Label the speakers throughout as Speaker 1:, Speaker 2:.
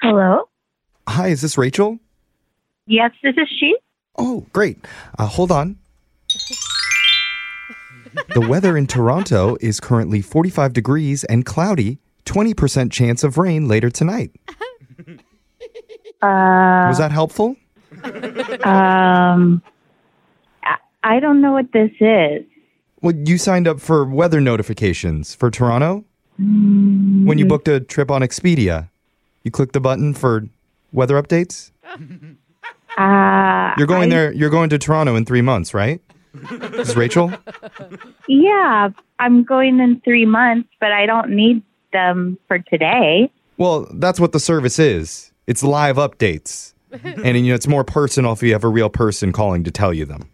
Speaker 1: Hello?
Speaker 2: Hi, is this Rachel?
Speaker 1: Yes, this is she.
Speaker 2: Oh, great. Uh, hold on. the weather in Toronto is currently 45 degrees and cloudy, 20% chance of rain later tonight.
Speaker 1: Uh,
Speaker 2: Was that helpful?
Speaker 1: um, I, I don't know what this is.
Speaker 2: Well, you signed up for weather notifications for Toronto when you booked a trip on Expedia. You clicked the button for weather updates.
Speaker 1: Uh,
Speaker 2: You're going
Speaker 1: I-
Speaker 2: there. You're going to Toronto in three months, right? This is Rachel.
Speaker 1: Yeah, I'm going in three months, but I don't need them for today.
Speaker 2: Well, that's what the service is. It's live updates, and you know it's more personal if you have a real person calling to tell you them.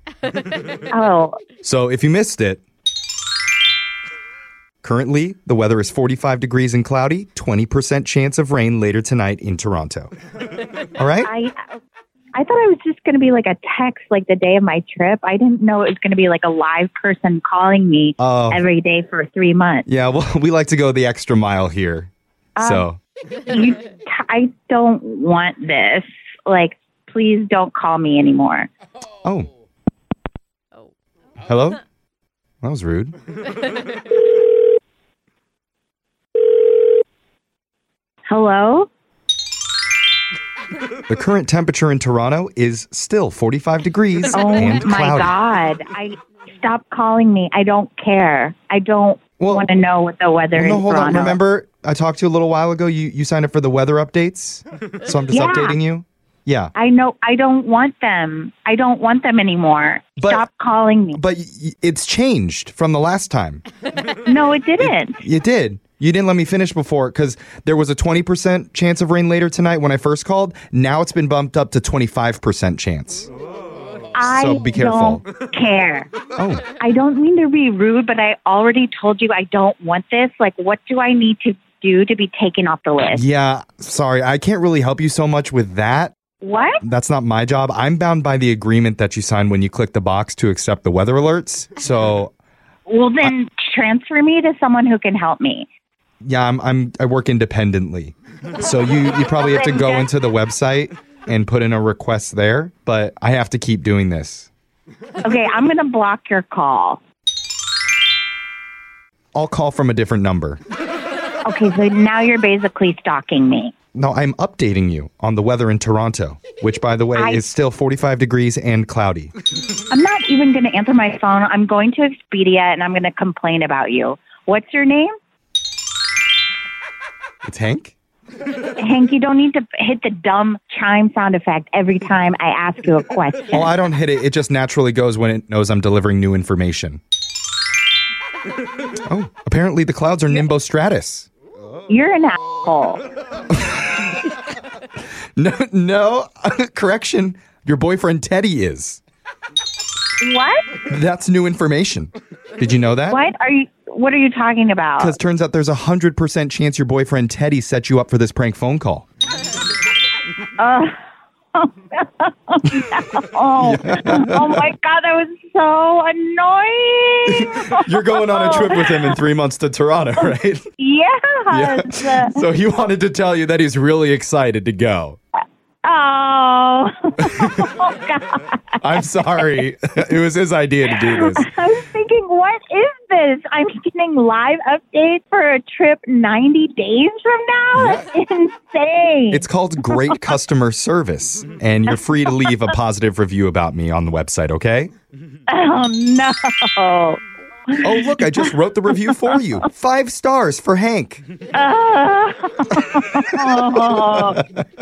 Speaker 1: Oh,
Speaker 2: So if you missed it, currently the weather is 45 degrees and cloudy, 20% chance of rain later tonight in Toronto. All right.
Speaker 1: I I thought it was just going to be like a text, like the day of my trip. I didn't know it was going to be like a live person calling me
Speaker 2: Oh.
Speaker 1: every day for three months.
Speaker 2: Yeah, well, we like to go the extra mile here.
Speaker 1: Um,
Speaker 2: so,
Speaker 1: You, I don't want this. Like, please don't call me anymore.
Speaker 2: oh.
Speaker 1: Oh.
Speaker 2: Hello? That was rude.
Speaker 1: Hello?
Speaker 2: The current temperature in Toronto is still 45 degrees
Speaker 1: Oh
Speaker 2: and
Speaker 1: my
Speaker 2: cloudy.
Speaker 1: God. I stop calling me. I don't care. I don't
Speaker 2: Well-
Speaker 1: want to know what the weather
Speaker 2: No,
Speaker 1: is.
Speaker 2: hold on.
Speaker 1: Toronto.
Speaker 2: Remember, I talked to you a little while ago. You you signed up for the weather updates, so I'm just
Speaker 1: Yeah.
Speaker 2: updating you. Yeah,
Speaker 1: I know I don't want them. I don't want them anymore.
Speaker 2: But-
Speaker 1: Stop calling me.
Speaker 2: but y- y- it's changed from the last time.
Speaker 1: no, it didn't.
Speaker 2: You did. You didn't let me finish before because there was a 20% chance of rain later tonight when I first called. Now it's been bumped up to 25% chance.
Speaker 1: I
Speaker 2: So be careful.
Speaker 1: don't care.
Speaker 2: Oh.
Speaker 1: I don't mean to be rude, but I already told you I don't want this. Like, what do I need to do to be taken off the list?
Speaker 2: Yeah, sorry. I can't really help you so much with that.
Speaker 1: What?
Speaker 2: That's not my job. I'm bound by the agreement that you signed when you click the box to accept the weather alerts. So,
Speaker 1: Well, then transfer me to someone who can help me.
Speaker 2: yeah, I'm, I'm I work independently. So you you probably have to go into the website and put in a request there, but I have to keep doing this.
Speaker 1: Okay, I'm going to block your call.
Speaker 2: I'll call from a different number.
Speaker 1: Okay, so now you're basically stalking me.
Speaker 2: No, I'm updating you on the weather in Toronto, which by the way
Speaker 1: I-
Speaker 2: is still 45 degrees and cloudy.
Speaker 1: I'm not even going to answer my phone. I'm going to Expedia and I'm going to complain about you. What's your name?
Speaker 2: It's Hank?
Speaker 1: Hank, you don't need to hit the dumb chime sound effect every time I ask you a question.
Speaker 2: Oh, I don't hit it. It just naturally goes when it knows I'm delivering new information. Oh, apparently the clouds are nimbostratus.
Speaker 1: You're an asshole.
Speaker 2: No, no, correction. Your boyfriend Teddy is.
Speaker 1: What?
Speaker 2: That's new information. Did you know that?
Speaker 1: What are you? What are you talking about?
Speaker 2: Because turns out there's a 100% chance your boyfriend Teddy set you up for this prank phone call.
Speaker 1: Oh, oh my god, that was so annoying.
Speaker 2: You're going on a trip with him in three months to Toronto, right?
Speaker 1: yes. uh,
Speaker 2: Yeah. So he wanted to tell you that he's really excited to go.
Speaker 1: Oh. oh god.
Speaker 2: I'm sorry. it was his idea to do this.
Speaker 1: I was thinking, what is this? I'm getting live updates for a trip 90 days from now. That's insane.
Speaker 2: It's called Great Customer Service, and you're free to leave a positive review about me on the website, okay?
Speaker 1: oh no.
Speaker 2: Oh, look, I just wrote the review for you. Five stars for Hank.
Speaker 1: Oh.